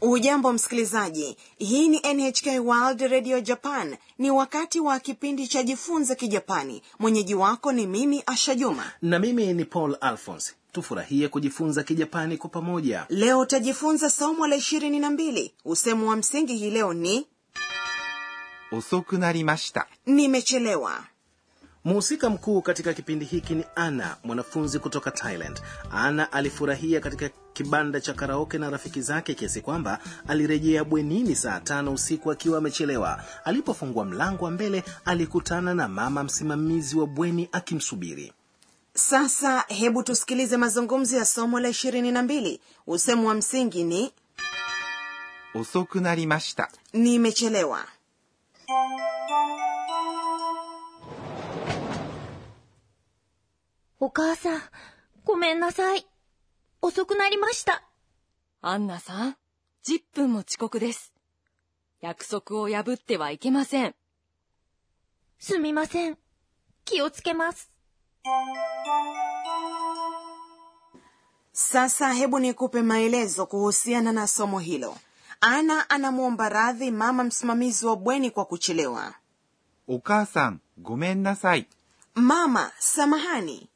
hujambo msikilizaji hii ni nhk world radio japan ni wakati wa kipindi cha jifunze kijapani mwenyeji wako ni mimi asha juma na mimi ni paul alphons tufurahie kujifunza kijapani kwa pamoja leo utajifunza somo la ishirini na mbili usemo wa msingi hii leo ni 遅くなりました nimechelewa mhusika mkuu katika kipindi hiki ni ana mwanafunzi kutoka thailand ana alifurahia katika kibanda cha karaoke na rafiki zake kiasi kwamba alirejea bwenini saa tano usiku akiwa amechelewa alipofungua mlango wa mbele alikutana na mama msimamizi wa bweni akimsubiri sasa hebu tusikilize mazungumzo ya somo la ishirini na mbili usemo wa msingi ni 遅くなりました nimechelewa お母さん、ごめんなさい。遅くなりました。アンナさん、10分も遅刻です。約束を破ってはいけません。すみません。気をつけます。 sasa hebu nikupe maelezo kuhusiana na somo hilo ana anamwomba radhi mama msimamizi wa bweni kwa kuchelewa お母さんごめんなさい mama samahani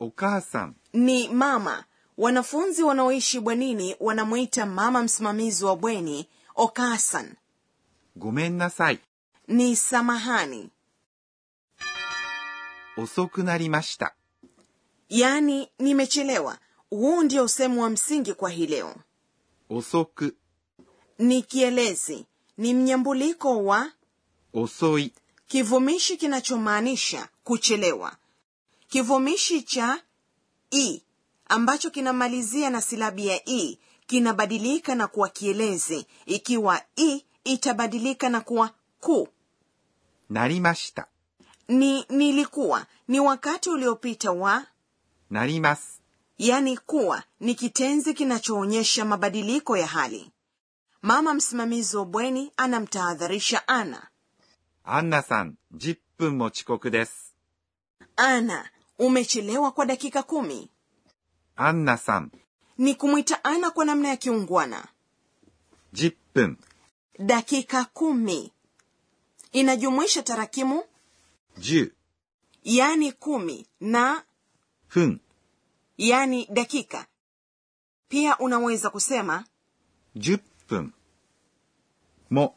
お母さん ni mama wanafunzi wanaoishi bwenini wanamwita mama msimamizi wa bweni okasan ごめんなさい ni samahani 遅くなりました yaani nimechelewa huu ndio usemu wa msingi kwa hii leo 遅く ni kielezi ni mnyambuliko wa 遅い kivumishi kinachomaanisha kuchelewa kivumishi cha i ambacho kinamalizia na silabi ya i kinabadilika na kuwa kielezi ikiwa i itabadilika na kuwa ku なりました ni nilikuwa ni wakati uliopita wa なります yani kuwa ni kitenzi kinachoonyesha mabadiliko ya hali mama msimamizi wa bweni anamtahadharisha ana アンナさん10分も遅刻です ana umechelewa kwa dakika kumi アンナさん ni kumwita ana kwa namna ya kiungwana 10分 dakika kumi inajumuisha tarakimu 10 yani kumi na 分 yani dakika pia unaweza kusema 10分も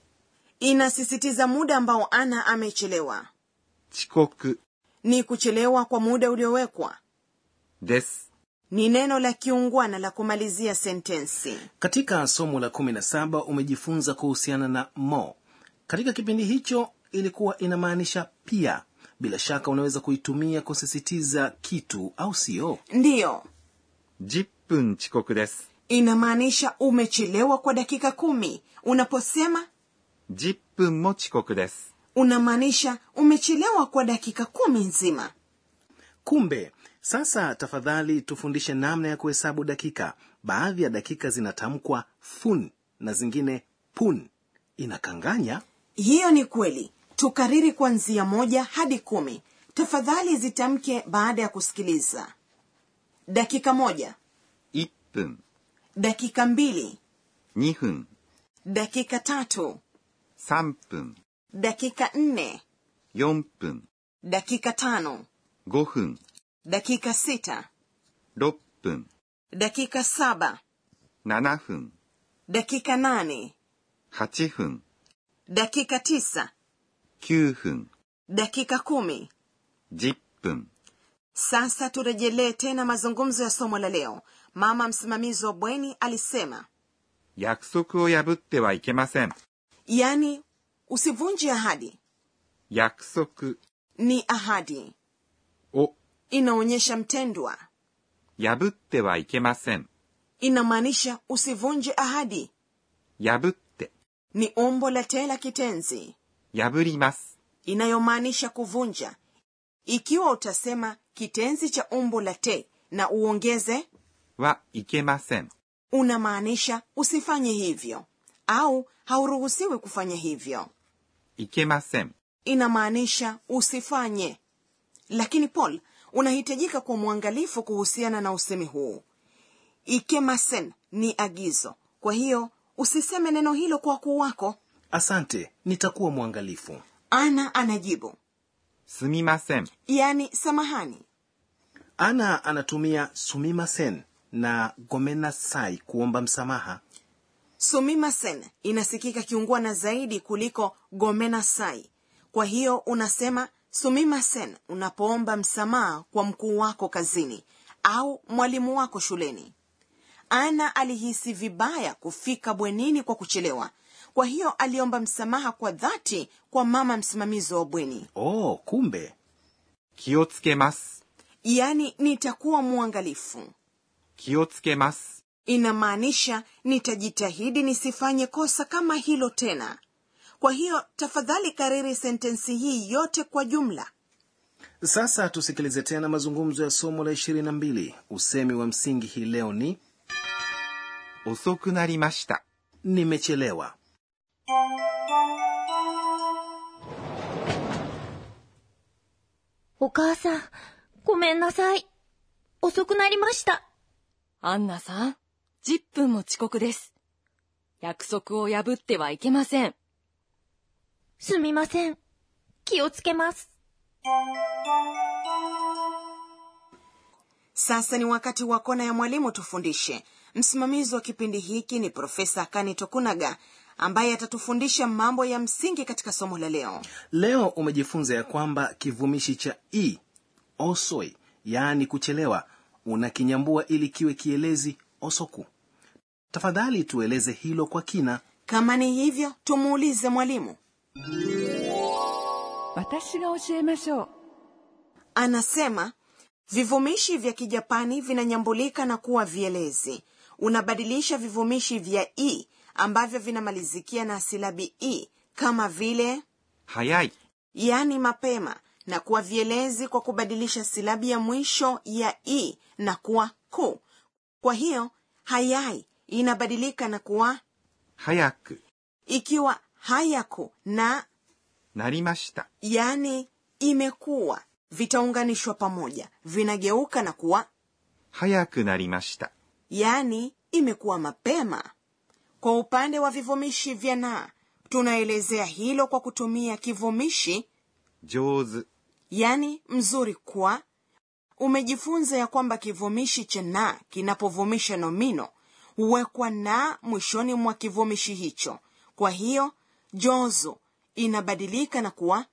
inasisitiza muda ambao ana amechelewa 遅刻 ni kuchelewa kwa muda uliowekwa です。 ni neno la kiungwana la kumalizia sentensi katika somo la 17 umejifunza kuhusiana na mo katika kipindi hicho ilikuwa inamaanisha pia bila shaka unaweza kuitumia kusisitiza kitu au sio ndiyo 10分遅刻です。 inamaanisha umechelewa kwa dakika kumi unaposema 10分も遅刻です。 unamaanisha umechelewa kwa dakika kumi nzima kumbe sasa tafadhali tufundishe namna ya kuhesabu dakika baadhi ya dakika zinatamkwa fun na zingine pun inakanganya hiyo ni kweli tukariri kuanzia moja hadi kumi tafadhali zitamke baada ya kusikiliza dakika moja 1分、 dakika mbili 2分、 dakika tatu 3分、 dakika nne 4分、 dakika tano 5分、 dakika sita 6分、 dakika saba 7分、 dakika nane 8分、 dakika tisa 9分、 dakika kumi 10分、 sasa turejelee tena mazungumzo ya somo la leo mama msimamizi wa bweni alisema 約束を破ってはいけません。 yani "Yaani, usivunje ahadi 約束 ni ahadi を inaonyesha mtendwa 破ってはいけません。 inamaanisha usivunje ahadi 破って、 ni umbo la te la kitenzi 破ります。 inayomaanisha kuvunja ikiwa utasema kitenzi cha umbo la te na uongeze はいけません。 unamaanisha usifanye hivyo au hauruhusiwi kufanya hivyo いけません。 inamaanisha usifanye lakini paul unahitajika kuwa mwangalifu kuhusiana na usemi huu ikemasen ni agizo kwa hiyo usiseme neno hilo kwa wakuu wako asante nitakuwa mwangalifu ana anajibu すみません。 yani samahani ana anatumia sumimasen na gomenasai kuomba msamaha sumimasen inasikika kiungwana zaidi kuliko gomenasai kwa hiyo unasema sumimasen unapoomba msamaha kwa mkuu wako kazini au mwalimu wako shuleni ana alihisi vibaya kufika bwenini kwa kuchelewa kwa hiyo aliomba msamaha kwa dhati kwa mama msimamizi wa bweni oh kumbe 気をつけます。 yaani nitakuwa mwangalifu 気をつけます。 inamaanisha nitajitahidi nisifanye kosa kama hilo tena kwa hiyo tafadhali kariri sentensi hii yote kwa jumla sasa tusikilize tena mazungumzo ya somo la 22 usemi wa msingi hii leo ni 遅くなりました。 nimechelewa お母さん、ごめんなさい。遅くなりました。アンナさん、10分も遅刻です。約束を破ってはいけません。すみません。気をつけます。 sasa ni wakati wa kona ya mwalimu tufundishe msimamizi wa kipindi hiki ni profesa kani tokunaga ambaye atatufundisha mambo ya msingi katika somo la leo leo umejifunza ya kwamba kivumishi cha i osoi yaani kuchelewa unakinyambua ili kiwe kielezi osoku tafadhali tueleze hilo kwa kina kama ni hivyo tumuulize mwalimu 私が教えましょう anasema vivumishi vya kijapani vinanyambulika na kuwa vielezi unabadilisha vivumishi vya i ambavyo vinamalizikia na silabi i kama vile 早い。 yani mapema na kuwa vielezi kwa kubadilisha silabi ya mwisho ya i na kuwa ku kwa hiyo hayai inabadilika na kuwa 早く ikiwa hayaku na なりました。 yani imekuwa vitaunganishwa pamoja vinageuka na kuwa 早くなりました。 yaani imekuwa mapema kwa upande wa vivumishi vya na tunaelezea hilo kwa kutumia kivumishi 上手。 yani mzuri kwa umejifunza ya kwamba kivumishi cha na kinapovumisha nomino huwekwa na mwishoni mwa kivumishi hicho kwa hiyo jozo inabadilika na kuwa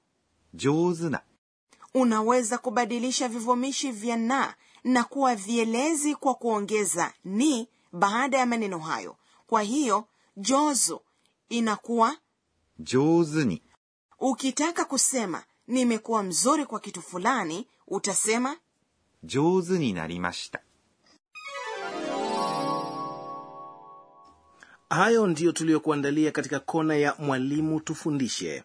上手な。 unaweza kubadilisha vivumishi vya na na kuwa vielezi kwa kuongeza ni baada ya maneno hayo kwa hiyo jozo inakuwa 上手に。 ukitaka kusema nimekuwa mzuri kwa kitu fulani utasema 上手になりました。 hayo ndiyo tuliyokuandalia katika kona ya mwalimu tufundishe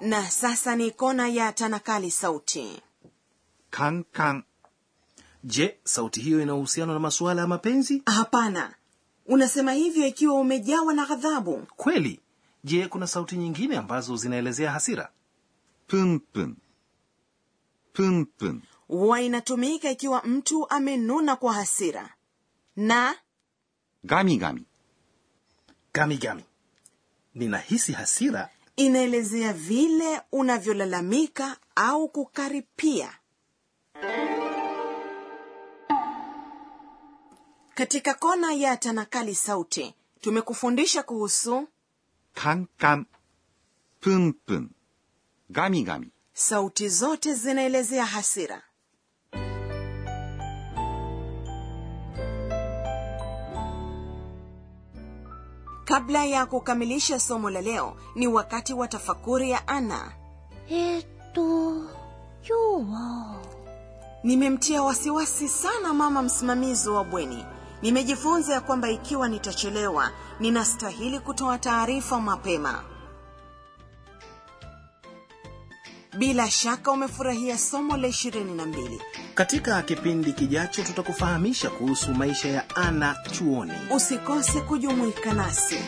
na sasa ni kona ya tanakali sauti カンカン。 je sauti hiyo ina uhusiano na masuala ya mapenzi hapana unasema hivyo ikiwa umejawa na ghadhabu kweli je kuna sauti nyingine ambazo zinaelezea hasira プンプン。プンプン。 huwa inatumika ikiwa mtu amenuna kwa hasira na ガミガミ。 gamigami ninahisi hasira inaelezea vile unavyolalamika au kukaripia katika kona ya tanakali sauti tumekufundisha kuhusu カンカン。プンプン。ガミガミ。 sauti zote zinaelezea hasira kabla ya kukamilisha somo la leo ni wakati wa tafakuri ya ana えー、っと、今日は、 nimemtia wasiwasi sana mama msimamizi wa bweni nimejifunza ya kwamba ikiwa nitachelewa ninastahili kutoa taarifa mapema bila shaka umefurahia somo la 22 katika kipindi kijacho tutakufahamisha kuhusu maisha ya ana chuoni usikose kujumuika nasi